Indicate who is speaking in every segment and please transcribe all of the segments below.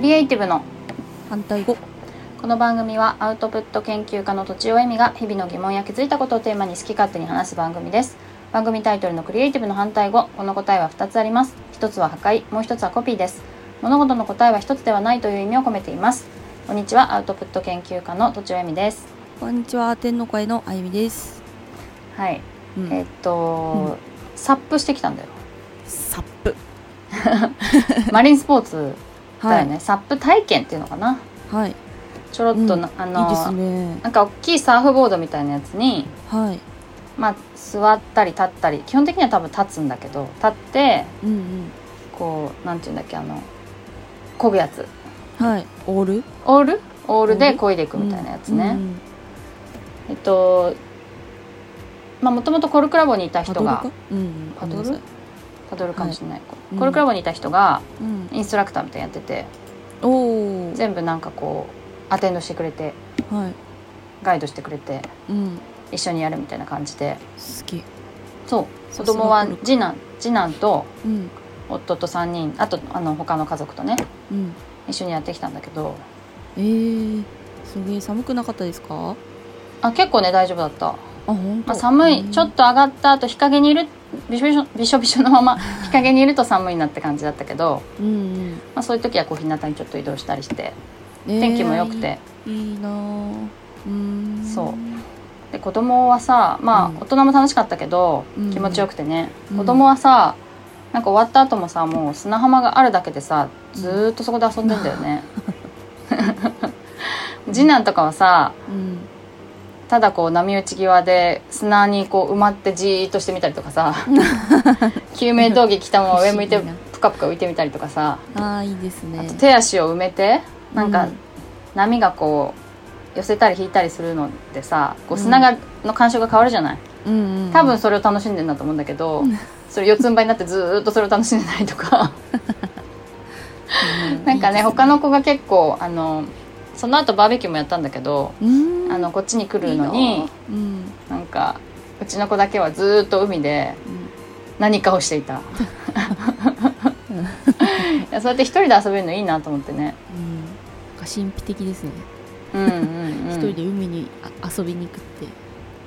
Speaker 1: リエイティブの
Speaker 2: 反対語
Speaker 1: この番組はアウトプット研究家のとちおえみが日々の疑問や気づいたことをテーマに好き勝手に話す番組です番組タイトルのクリエイティブの反対語この答えは2つあります一つは破壊もう一つはコピーです物事の答えは一つではないという意味を込めていますこんにちはアウトプット研究家のとちおえみです
Speaker 2: こんにちは天の声のあゆみです、
Speaker 1: はい、
Speaker 2: うん
Speaker 1: えっと、サップしてきたんだよ
Speaker 2: サップ
Speaker 1: マリンスポーツだ
Speaker 2: は
Speaker 1: よ
Speaker 2: い
Speaker 1: ね、サップ体験っていうのかな
Speaker 2: はいいい
Speaker 1: ちょろっとな、あの
Speaker 2: ですね
Speaker 1: なんか大きいサーフボードみたいなやつに
Speaker 2: はい
Speaker 1: まあ、座ったり立ったり基本的には多分立つんだけど立って
Speaker 2: うんうん
Speaker 1: こうなんていうんだっけあの漕ぐやつ
Speaker 2: はいオール
Speaker 1: オールオール
Speaker 2: オー
Speaker 1: で
Speaker 2: ル
Speaker 1: 漕いでいくみたいなやつ
Speaker 2: うん
Speaker 1: ね、
Speaker 2: うん
Speaker 1: えっとまあもともとコルクラボにいた人が
Speaker 2: パトルかうん
Speaker 1: パトル
Speaker 2: ごめんなさい
Speaker 1: パドルかもしれない、こう
Speaker 2: うん
Speaker 1: コルクラボにいた人が
Speaker 2: うん
Speaker 1: インストラクターみたいなのやってて
Speaker 2: おー
Speaker 1: 全部なんかこうアテンドしてくれて
Speaker 2: はい
Speaker 1: ガイドしてくれて
Speaker 2: うん
Speaker 1: 一緒にやるみたいな感じで
Speaker 2: 好き
Speaker 1: そう子
Speaker 2: さすが
Speaker 1: 供は
Speaker 2: コルク
Speaker 1: 次男次男と
Speaker 2: うん
Speaker 1: 夫と3人あとあの他の家族とね
Speaker 2: うん
Speaker 1: 一緒にやってきたんだけど
Speaker 2: えーすげえ寒くなかったですかあ
Speaker 1: あ結構ね大丈夫だった、
Speaker 2: 本当
Speaker 1: まあ、寒いちょっと上がった後日陰にいるびしょびし ょびしょびしょのまま日陰にいると寒いなって感じだったけど、
Speaker 2: とうんうん
Speaker 1: まあ、そういう時はこう日向にちょっと移動したりして
Speaker 2: えー
Speaker 1: 天気も良くて、
Speaker 2: いいいいなーうーん
Speaker 1: そうで子供はさま
Speaker 2: うん
Speaker 1: あ大人も楽しかったけど、
Speaker 2: うん
Speaker 1: 気持ちよくてね、
Speaker 2: うん
Speaker 1: 子供はさなんか終わった後もさもう砂浜があるだけでさずーっとそこで遊んでんだよね、 次男とかはさ
Speaker 2: うん
Speaker 1: ただこう波打ち際で砂にこう埋まってじーっとしてみたりとかさ救命胴着着たまま上向いて
Speaker 2: 不思議な
Speaker 1: ぷかぷか浮いてみたりとかさ
Speaker 2: あーいいですね
Speaker 1: あと手足を埋めてなん
Speaker 2: う
Speaker 1: か
Speaker 2: ん
Speaker 1: 波がこう寄せたり引いたりするのってさこう砂が、の感触が変わるじゃない
Speaker 2: うんうん
Speaker 1: 多分それを楽しんでんだと思うんだけど、それ四つん這いになってずーっとそれを楽しんでたりとか
Speaker 2: う
Speaker 1: なんかね
Speaker 2: いいです
Speaker 1: 他の子が結構あのその後バーベキューもやったんだけど
Speaker 2: うーん
Speaker 1: あのこっちに来るの
Speaker 2: いい
Speaker 1: に
Speaker 2: なうん
Speaker 1: なんかうちの子だけはずーっと海で何かをしていた いやそうやって一人で遊べるのいいなと思ってね
Speaker 2: うん、なんか神秘的ですね、
Speaker 1: うんうん、うん、
Speaker 2: 一人で海にあ遊びに行くって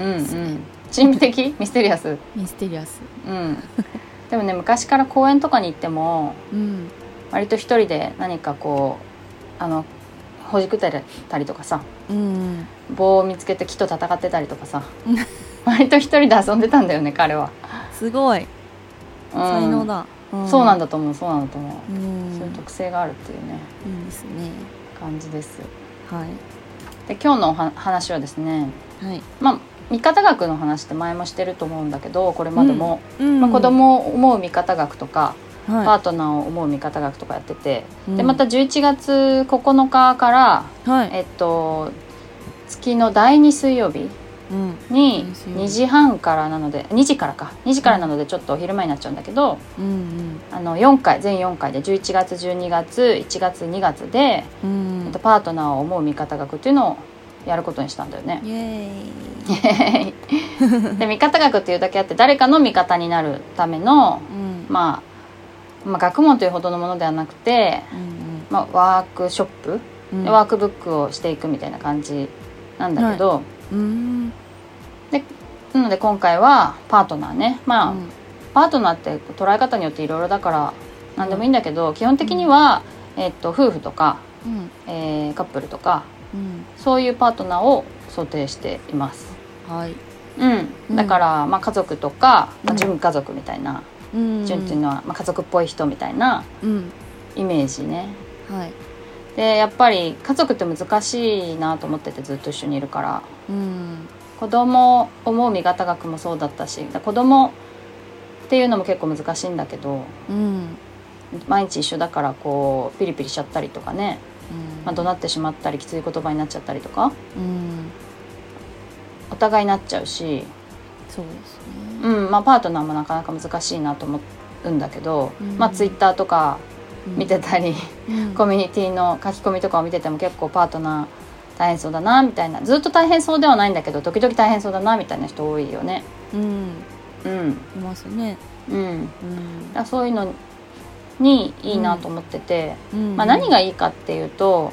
Speaker 1: うんうん神秘 的ミステリアス
Speaker 2: ミステリアス
Speaker 1: うんでもね昔から公園とかに行っても
Speaker 2: うん
Speaker 1: 割と一人で何かこうあのほじくってたりとかさ
Speaker 2: うん
Speaker 1: 棒を見つけて木と戦ってたりとか さ割と一人で遊んでたんだよね彼は、
Speaker 2: すごい
Speaker 1: うん
Speaker 2: 才能だ、
Speaker 1: そうなん
Speaker 2: だ
Speaker 1: だと思うそうなんだと思う、
Speaker 2: うん
Speaker 1: そういう特性があるっていうね
Speaker 2: いいですね
Speaker 1: 感じですよ
Speaker 2: はい
Speaker 1: で今日のおは話はですね
Speaker 2: はい、
Speaker 1: まあ見方学の話って前もしてると思うんだけどこれまでも、
Speaker 2: うん
Speaker 1: まあ、子供を思う見方学とか、パ
Speaker 2: は
Speaker 1: ートナーを思う見方学とかやってて、
Speaker 2: い、
Speaker 1: でまた11月9日から、
Speaker 2: うんはい、
Speaker 1: えっと、月の第2水曜日
Speaker 2: うん
Speaker 1: に
Speaker 2: 水曜日
Speaker 1: 2時半からなので2時からか2時からなのでちょっとお昼前になっちゃうんだけど
Speaker 2: うん
Speaker 1: あの4回全4回で11月12月1月2月で、
Speaker 2: うんうん
Speaker 1: えっと、パートナーを思う見方学っていうのをやることにしたんだよね。
Speaker 2: イエー イ
Speaker 1: で味方学っていうだけあって誰かの味方になるための、
Speaker 2: うん
Speaker 1: まあ、まあ学問というほどのものではなくて、
Speaker 2: うん
Speaker 1: まあ、ワークショップ、
Speaker 2: うん
Speaker 1: でワークブックをしていくみたいな感じなんだけど、
Speaker 2: うん
Speaker 1: なので今回はパートナーねまあ、
Speaker 2: うん
Speaker 1: パートナーって捉え方によっていろいろだから何でもいいんだけど、基本的には、えっと夫婦とか、
Speaker 2: うん
Speaker 1: えーカップルとか
Speaker 2: うん
Speaker 1: そういうパートナーを想定しています。
Speaker 2: はい
Speaker 1: うん、だから、まあ、家族とか、まあ、
Speaker 2: うん
Speaker 1: 準家族みたいな、
Speaker 2: うん
Speaker 1: 純っていうのは、まあ、家族っぽい人みたいな
Speaker 2: うん
Speaker 1: イメージね
Speaker 2: はい
Speaker 1: でやっぱり家族って難しいなと思っててずっと一緒にいるから
Speaker 2: うん
Speaker 1: 子供を思う見方学もそうだったし子供っていうのも結構難しいんだけど
Speaker 2: うん
Speaker 1: 毎日一緒だからこうピリピリしちゃったりとかね、
Speaker 2: うん
Speaker 1: まあ、怒鳴ってしまったりきつい言葉になっちゃったりとか
Speaker 2: うん
Speaker 1: お互いなっちゃうし、
Speaker 2: そうですね。
Speaker 1: うんまあ、パートナーもなかなか難しいなと思うんだけど、
Speaker 2: うん
Speaker 1: まあ、ツイッターとか見てたり、
Speaker 2: うん、
Speaker 1: コミュニティの書き込みとかを見てても結構パートナー大変そうだなみたいなずっと大変そうではないんだけど時々大変そうだなみたいな人多いよね
Speaker 2: うん、
Speaker 1: うん
Speaker 2: いますね。
Speaker 1: うんだか
Speaker 2: うん、
Speaker 1: らそういうのにいいなと思ってて、
Speaker 2: うん
Speaker 1: まあ、何がいいかっていうと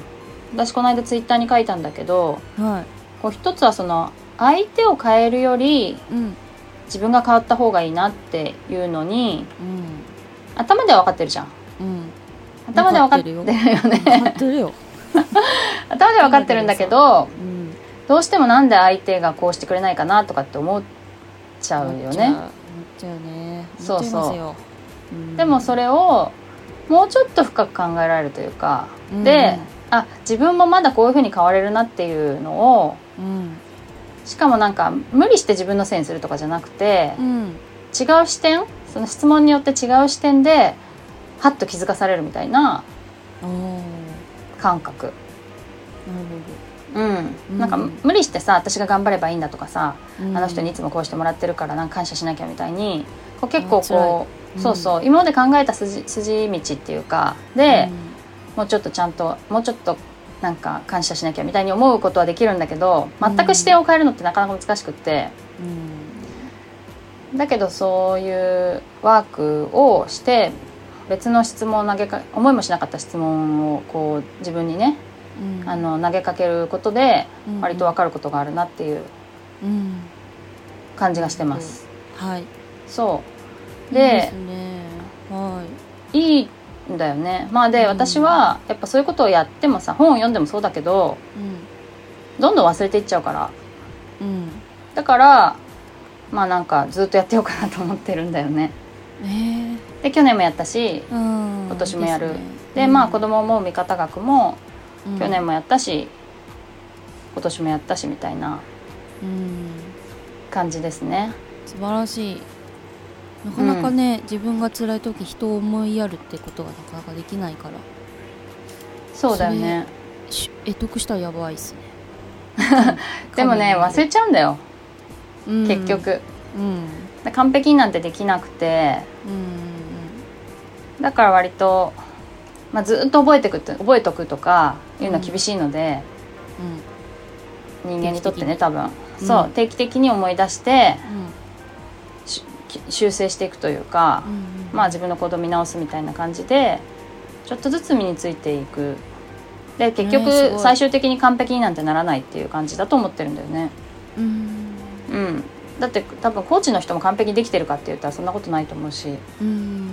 Speaker 1: 私この間ツイッターに書いたんだけど
Speaker 2: は
Speaker 1: こう一つはその相手を変えるより
Speaker 2: いうん
Speaker 1: 自分が変わった方がいいなっていうのに
Speaker 2: うん
Speaker 1: 頭では分かってるじゃん
Speaker 2: うん
Speaker 1: 頭では分かってるよ
Speaker 2: 分
Speaker 1: ね
Speaker 2: か分かってるよ、
Speaker 1: 頭では分かってるんだけど
Speaker 2: うん、
Speaker 1: どうしてもなんで相手がこうしてくれないかなとかって思っちゃうよ
Speaker 2: 思っち
Speaker 1: ね
Speaker 2: ゃ思っちゃうね
Speaker 1: そうそう
Speaker 2: 思っちゃいますようん
Speaker 1: でもそれをもうちょっと深く考えられるというか、
Speaker 2: うん
Speaker 1: であ自分もまだこういうふうに変われるなっていうのを
Speaker 2: うん
Speaker 1: しかもなんか無理して自分のせいにするとかじゃなくて、
Speaker 2: うん
Speaker 1: 違う視点その質問によって違う視点でハッと気づかされるみたいな
Speaker 2: ああなる
Speaker 1: 感覚。うん
Speaker 2: うん
Speaker 1: なんか無理してさ私が頑張ればいいんだとかさ、
Speaker 2: ほど、うん
Speaker 1: あの人にいつもこうしてもらってるからなんか感謝しなきゃみたいにこう結構こう、
Speaker 2: うん
Speaker 1: そうそう今まで考えた筋筋道っていうかで、もうちょっとちゃんともうちょっとなんか感謝しなきゃみたいに思うことはできるんだけど全く視点を変えるのってなかなか難しくって、
Speaker 2: うん
Speaker 1: だけどそういうワークをして別の質問を投げか思いもしなかった質問をこう自分にね、
Speaker 2: うんうん
Speaker 1: あの投げかけることで
Speaker 2: うん
Speaker 1: 割と分かることがあるなっていう
Speaker 2: うん
Speaker 1: 感じがしてます。
Speaker 2: はい
Speaker 1: そう
Speaker 2: いいで
Speaker 1: です
Speaker 2: ねはい
Speaker 1: いいんだよね。まあで、
Speaker 2: うん
Speaker 1: 私はやっぱそういうことをやってもさ本を読んでもそうだけど
Speaker 2: う
Speaker 1: どんどん忘れていっちゃうから
Speaker 2: んうん
Speaker 1: だからまあなんかずっとやってようかなと思ってるんだよね
Speaker 2: ね
Speaker 1: で去年もやったし
Speaker 2: えうん
Speaker 1: 今年もやる
Speaker 2: すね
Speaker 1: でまあ子供を思う見方学も
Speaker 2: うん
Speaker 1: 去年もやったし、今年もやったしみたいな
Speaker 2: うん
Speaker 1: 感じですね
Speaker 2: 素晴らしいなかなかね、自分が辛い時人を思いやるってことがなかなかできないから
Speaker 1: そうだよね
Speaker 2: し得得したらやばいっすね
Speaker 1: でもね忘れちゃうんだよ
Speaker 2: うん
Speaker 1: 結局、
Speaker 2: うんうん
Speaker 1: で完璧になんてできなくて
Speaker 2: うん
Speaker 1: だから割と、まあ、ずっと覚えてくって覚えとくとかいうのは厳しいので、人間にとってね多分、
Speaker 2: うん
Speaker 1: そう定期的に思い出して
Speaker 2: うん
Speaker 1: しき修正していくというか、
Speaker 2: うん
Speaker 1: まあ、自分の行動を見直すみたいな感じでちょっとずつ身についていくで結
Speaker 2: ねすご
Speaker 1: 局
Speaker 2: い
Speaker 1: 最終的に完璧になんてならないっていう感じだと思ってるんだよね、
Speaker 2: うん
Speaker 1: うん、だって多分コーチの人も完璧にできてるかって言ったらそんなことないと思うし
Speaker 2: うん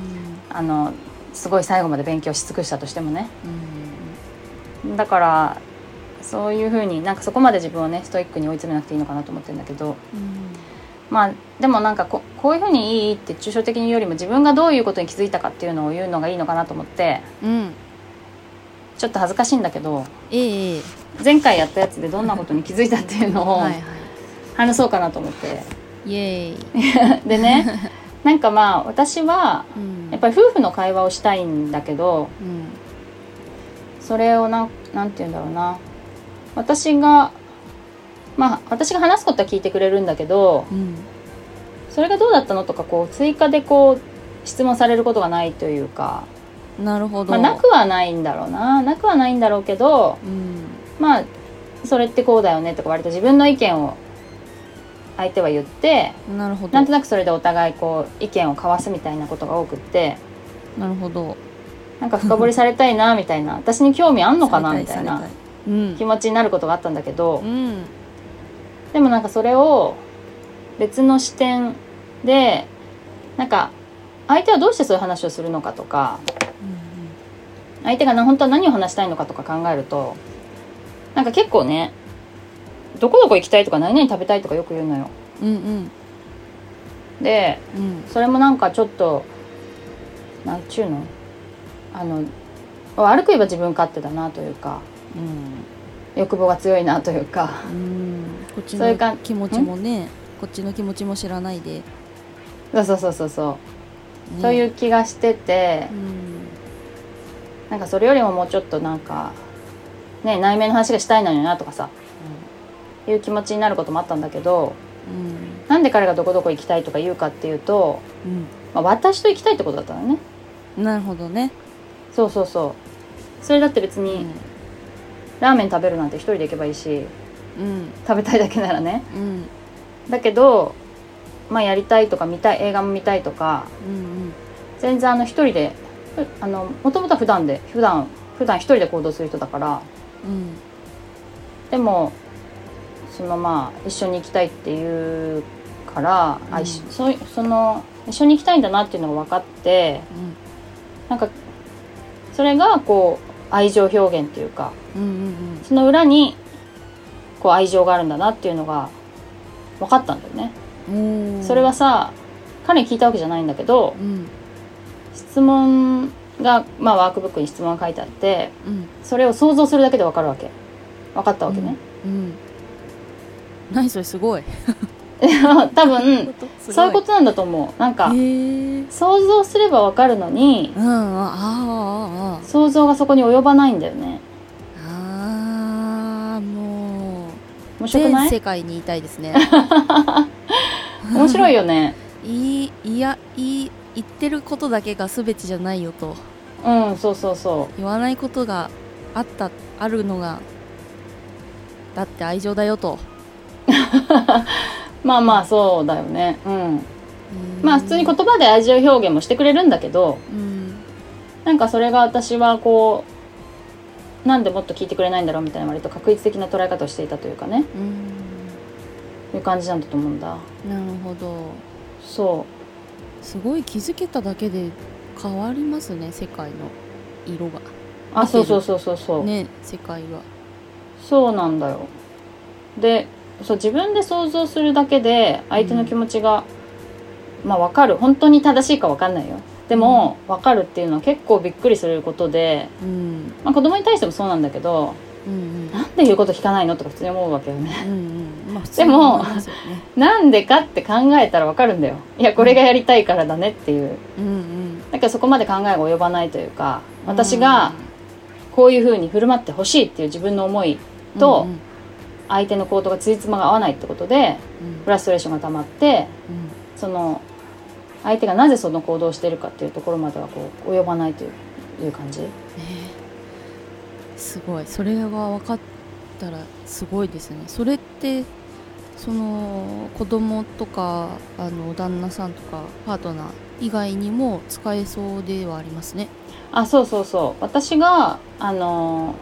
Speaker 1: あのすごい最後まで勉強し尽くしたとしてもね
Speaker 2: うん
Speaker 1: だからそういうふうになんかそこまで自分をねストイックに追い詰めなくていいのかなと思ってるんだけど
Speaker 2: うん
Speaker 1: まあでもなんかここういうふうにいいって抽象的に言うよりも自分がどういうことに気づいたかっていうのを言うのがいいのかなと思って
Speaker 2: うん
Speaker 1: ちょっと恥ずかしいんだけど
Speaker 2: ええ
Speaker 1: 前回やったやつでどんなことに気づいたっていうのを
Speaker 2: はいは
Speaker 1: 話そうかなと思って
Speaker 2: いイエーイ
Speaker 1: でねなんかまあ私は
Speaker 2: うん
Speaker 1: やっぱり夫婦の会話をしたいんだけど
Speaker 2: うん
Speaker 1: それをなんなんて言うんだろうな私がまあ私が話すことは聞いてくれるんだけど
Speaker 2: うん
Speaker 1: それがどうだったのとかこう追加でこう質問されることがないというか、
Speaker 2: なるほど、
Speaker 1: まあ、なくはないんだろうななくはないんだろうけど
Speaker 2: うん
Speaker 1: まあそれってこうだよねとか割と自分の意見を相手は言って
Speaker 2: なるほど
Speaker 1: なんとなくそれでお互いこう意見を交わすみたいなことが多くって
Speaker 2: なるほど
Speaker 1: なんか深掘りされたいなみたいな 私に興味あんのかな
Speaker 2: され
Speaker 1: み
Speaker 2: た
Speaker 1: たい
Speaker 2: さ
Speaker 1: な
Speaker 2: れたうん
Speaker 1: 気持ちになることがあったんだけど
Speaker 2: うん
Speaker 1: でもなんかそれを別の視点でなんか相手はどうしてそういう話をするのかとか相手がな本当は何を話したいのかとか考えるとなんか結構ねどこどこ行きたいとか何々食べたいとかよく言うのよ。
Speaker 2: うんうん
Speaker 1: で
Speaker 2: うん
Speaker 1: それもなんかちょっとなんちゅうのあの悪く言えば自分勝手だなというか
Speaker 2: うん
Speaker 1: 欲望が強いなというか
Speaker 2: うんこっち
Speaker 1: そういうか
Speaker 2: の気持ちもねこっちの気持ちも知らないで、ね
Speaker 1: そうそうそうそうそう、そういう気がしてて
Speaker 2: うん
Speaker 1: なんかそれよりももうちょっとなんかね内面の話がしたいのになとかさいう気持ちになることもあったんだけど
Speaker 2: うん
Speaker 1: なんで彼がどこどこ行きたいとか言うかっていうと、
Speaker 2: うん
Speaker 1: まあ、私と行きたいってことだったのね
Speaker 2: うんなるほどね、
Speaker 1: そうそうそうそれだって別
Speaker 2: う
Speaker 1: に
Speaker 2: ん
Speaker 1: ラーメン食べるなんて一人で行けばいいし
Speaker 2: うん
Speaker 1: 食べたいだけならね
Speaker 2: うん
Speaker 1: だけど、まあ、やりたいとか見たい映画も見たいとか
Speaker 2: うん
Speaker 1: 全然あの一人でふあの元々は普段で普段普段一人で行動する人だから
Speaker 2: うん
Speaker 1: でもそのまあ一緒に行きたいっていうから、あ
Speaker 2: うん
Speaker 1: 一緒そうその一緒に行きたいんだなっていうのが分かってなんかそれがこう愛情表現っていうか
Speaker 2: うんうんうん
Speaker 1: その裏にこう愛情があるんだなっていうのが分かったんだよね。
Speaker 2: うんおー
Speaker 1: それはさ彼に聞いたわけじゃないんだけど
Speaker 2: うん
Speaker 1: 質問が、まあ、ワークブックに質問が書いてあって
Speaker 2: うん
Speaker 1: それを想像するだけで分かるわけ分かったわけね、
Speaker 2: うん何それすごい
Speaker 1: 多分
Speaker 2: すご
Speaker 1: そういうことなんだと思うなんか
Speaker 2: へえ
Speaker 1: 想像すれば分かるのに
Speaker 2: うんあああ
Speaker 1: 想像がそこに及ばないんだよね
Speaker 2: ああーもう
Speaker 1: 面白くな
Speaker 2: 全
Speaker 1: い
Speaker 2: 世界にいたいですね
Speaker 1: 面白い
Speaker 2: よ
Speaker 1: よね
Speaker 2: いいいやいい言ってることだけが全てじゃないよと
Speaker 1: うんそうそうそ
Speaker 2: 言わないことがあったあるのがだって愛情だよと
Speaker 1: うまあまあそうだよねうん
Speaker 2: うん
Speaker 1: まあ普通に言葉で愛情表現もしてくれるんだけど
Speaker 2: うん
Speaker 1: なんかそれが私はこうなんでもっと聞いてくれないんだろうみたいな割と確率的な捉え方をしていたというかね
Speaker 2: う
Speaker 1: い
Speaker 2: ん
Speaker 1: う感じなんだと思うんだ
Speaker 2: なるほど
Speaker 1: そ
Speaker 2: すごい気づけただけで変わりますね世界の色が
Speaker 1: うあ
Speaker 2: 見て
Speaker 1: そう
Speaker 2: る
Speaker 1: そうそうそうそう、
Speaker 2: ね世界は
Speaker 1: そうなんだよでそう自分で想像するだけで相手の気持ちが、まあ分かる本当に正しいか分かんないよでも、分かるっていうのは結構びっくりすることで、
Speaker 2: うん
Speaker 1: まあ、子供に対してもそうなんだけど
Speaker 2: うん
Speaker 1: なんで言うこと聞かないのとか普通に思うわけよね
Speaker 2: うんうんうんまあ普通
Speaker 1: で
Speaker 2: に
Speaker 1: も
Speaker 2: 思いますよね
Speaker 1: なんでかって考えたらわかるんだよ。いや、これがやりたいからだねっていう。
Speaker 2: うんうん
Speaker 1: だからそこまで考えが及ばないというか、私がこういう風に振る舞ってほしいっていう自分の思い、と
Speaker 2: うん
Speaker 1: 相手の行動がついつまが合わないってことで、
Speaker 2: うん
Speaker 1: フラストレーションが溜まって、
Speaker 2: うん
Speaker 1: その、相手がなぜその行動をしているかっていうところまではこう、及ばないといういう感じ。
Speaker 2: ねえすごいそれが分かったらすごいですねそれってその子供とかあの旦那さんとかパートナー以外にも使えそうではありますね
Speaker 1: あ、そうそうそう。私が、あのー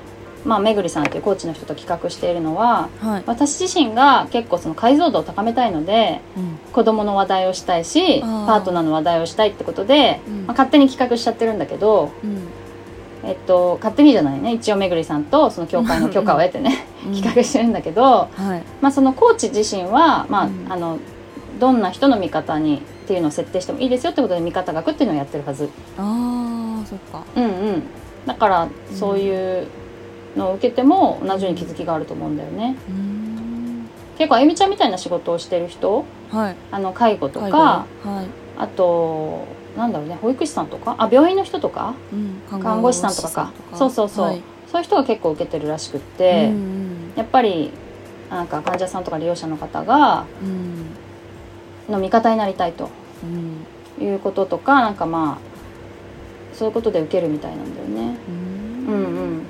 Speaker 1: まあ、めぐりさんっていうコーチの人と企画しているのは、
Speaker 2: はい、
Speaker 1: 私自身が結構その解像度を高めたいので、
Speaker 2: うん
Speaker 1: 子供の話題をしたいし
Speaker 2: あー
Speaker 1: パートナーの話題をしたいってことで、
Speaker 2: うん
Speaker 1: まあ、勝手に企画しちゃってるんだけど、
Speaker 2: うん
Speaker 1: えっと、勝手にじゃないね一応めぐりさんとその協会の許可を得てね企画してるんだけど、
Speaker 2: うんはい
Speaker 1: まあ、そのコーチ自身は、まあ
Speaker 2: うん
Speaker 1: あのどんな人の味方にっていうのを設定してもいいですよってことで味方学っていうのをやってるはず。
Speaker 2: あーそっか
Speaker 1: うんうん、だからそういうのを受けても同じように気づきがあると思うんだよね。
Speaker 2: うーん
Speaker 1: 結構あゆみちゃんみたいな仕事をしてる人
Speaker 2: はい
Speaker 1: あの介護と
Speaker 2: 介護
Speaker 1: か
Speaker 2: はい
Speaker 1: あとなんだろうね保育士さんとかあ病院の人とか
Speaker 2: うん、
Speaker 1: 看護師さんとかかそうそうそう
Speaker 2: はい
Speaker 1: そういう人が結構受けてるらしくっ
Speaker 2: う
Speaker 1: て、
Speaker 2: ん
Speaker 1: やっぱりなんか患者さんとか利用者の方が
Speaker 2: うんうん
Speaker 1: の味方になりたいと
Speaker 2: うん
Speaker 1: いうこととかなんかまあそういうことで受けるみたいなんだよね。
Speaker 2: う
Speaker 1: うんんうん、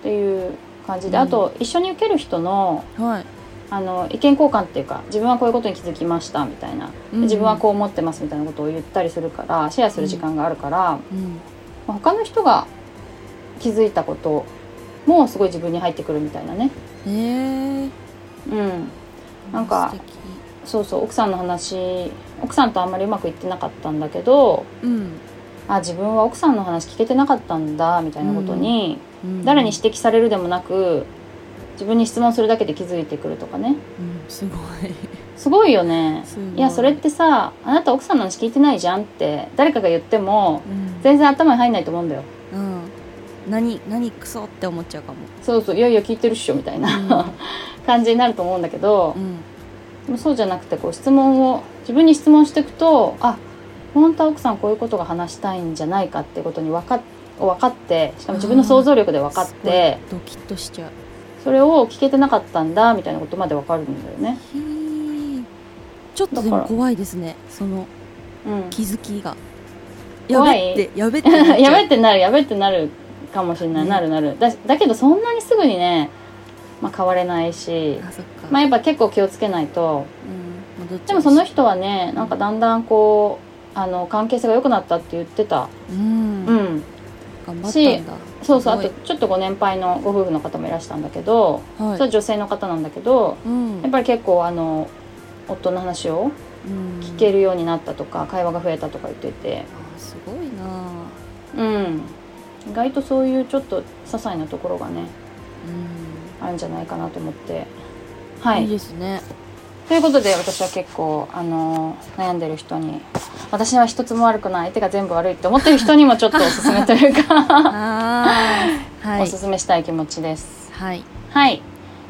Speaker 1: っていう感じで、
Speaker 2: うん
Speaker 1: あと一緒に受ける人の
Speaker 2: はい
Speaker 1: あの意見交換っていうか自分はこういうことに気づきましたみたいな、
Speaker 2: うん
Speaker 1: 自分はこう思ってますみたいなことを言ったりするからシェアする時間があるから。
Speaker 2: うん
Speaker 1: まあ他の人が気づいたこともすごい自分に入ってくるみたいなね、
Speaker 2: えー、
Speaker 1: うん、なんか
Speaker 2: 素敵
Speaker 1: そうそう奥さんの話奥さんとあんまりうまくいってなかったんだけど
Speaker 2: うん
Speaker 1: あ自分は奥さんの話聞けてなかったんだみたいなことに、
Speaker 2: うん
Speaker 1: 誰に指摘されるでもなく自分に質問するだけで気づいてくるとかね
Speaker 2: うん、すごい。
Speaker 1: すごいよね
Speaker 2: すごい
Speaker 1: いやそれってさあなた奥さんの話聞いてないじゃんって誰かが言っても
Speaker 2: うん、
Speaker 1: 全然頭に入んないと思うんだよ
Speaker 2: うん、何何クソって思っちゃう かも。
Speaker 1: そうそういやいや聞いてるっしょみたいな感じになると思うんだけど、
Speaker 2: うん、
Speaker 1: でもそうじゃなくてこう質問を自分に質問していくとあ本当は奥さんこういうことが話したいんじゃないかっていうことに分かっ分かってしかも自分の想像力で分かって
Speaker 2: すごいドキッとしちゃう。
Speaker 1: それを聞けてなかったんだみたいなことまで分かるんだよね。
Speaker 2: ひーちょっとで
Speaker 1: だ
Speaker 2: も
Speaker 1: から
Speaker 2: 怖いですね。その
Speaker 1: うん、
Speaker 2: 気づきが。や
Speaker 1: 怖
Speaker 2: べ
Speaker 1: い
Speaker 2: ってやべってなっちゃ う。
Speaker 1: やべってなるやべってなるかもしれない、
Speaker 2: ね
Speaker 1: なるなるだだけどそんなにすぐにね、まあ、変われないし、
Speaker 2: あそっか。
Speaker 1: まあ、やっぱ結構気をつけないと
Speaker 2: うん、戻っちゃうし
Speaker 1: でもその人はねなんかだんだんこうあの関係性が良くなったって言ってた、
Speaker 2: うん、
Speaker 1: うん、
Speaker 2: 頑張ったんだ
Speaker 1: そうそうあ
Speaker 2: す
Speaker 1: と
Speaker 2: ご
Speaker 1: ちょっとご年配のご夫婦の方もいらしたんだけど、
Speaker 2: はい
Speaker 1: それは女性の方なんだけど
Speaker 2: うん
Speaker 1: やっぱり結構あの夫の話を
Speaker 2: うん
Speaker 1: 聞けるようになったとか、会話が増えたとか言ってて、
Speaker 2: あすごいなあ
Speaker 1: うん、意外とそういうちょっと些細なところがね
Speaker 2: うん
Speaker 1: あるんじゃないかなと思って。はい、
Speaker 2: いいです ね
Speaker 1: ということで私は結構あの悩んでる人に私は一つも悪くない手が全部悪いって思ってる人にもちょっとおすすめというか、
Speaker 2: ああ は
Speaker 1: お
Speaker 2: い
Speaker 1: すすめしたい気持ちです。
Speaker 2: はい
Speaker 1: はい、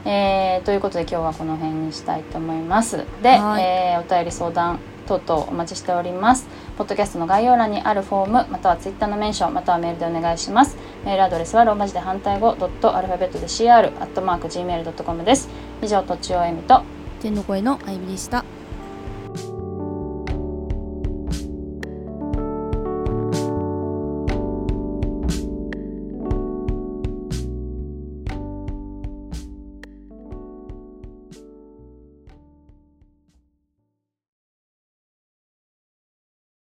Speaker 1: えーということで今日はこの辺にしたいと思います。で、
Speaker 2: はい
Speaker 1: えーお便り相談等々お待ちしております。ポッドキャストの概要欄にあるフォームまたはツイッターのメンションまたはメールでお願いします。メールアドレスはローマ字で反対語ドットアルファベットで cr アットマーク gmail ドットコムです。以上とちおえみと
Speaker 2: 天の声のあゆみでした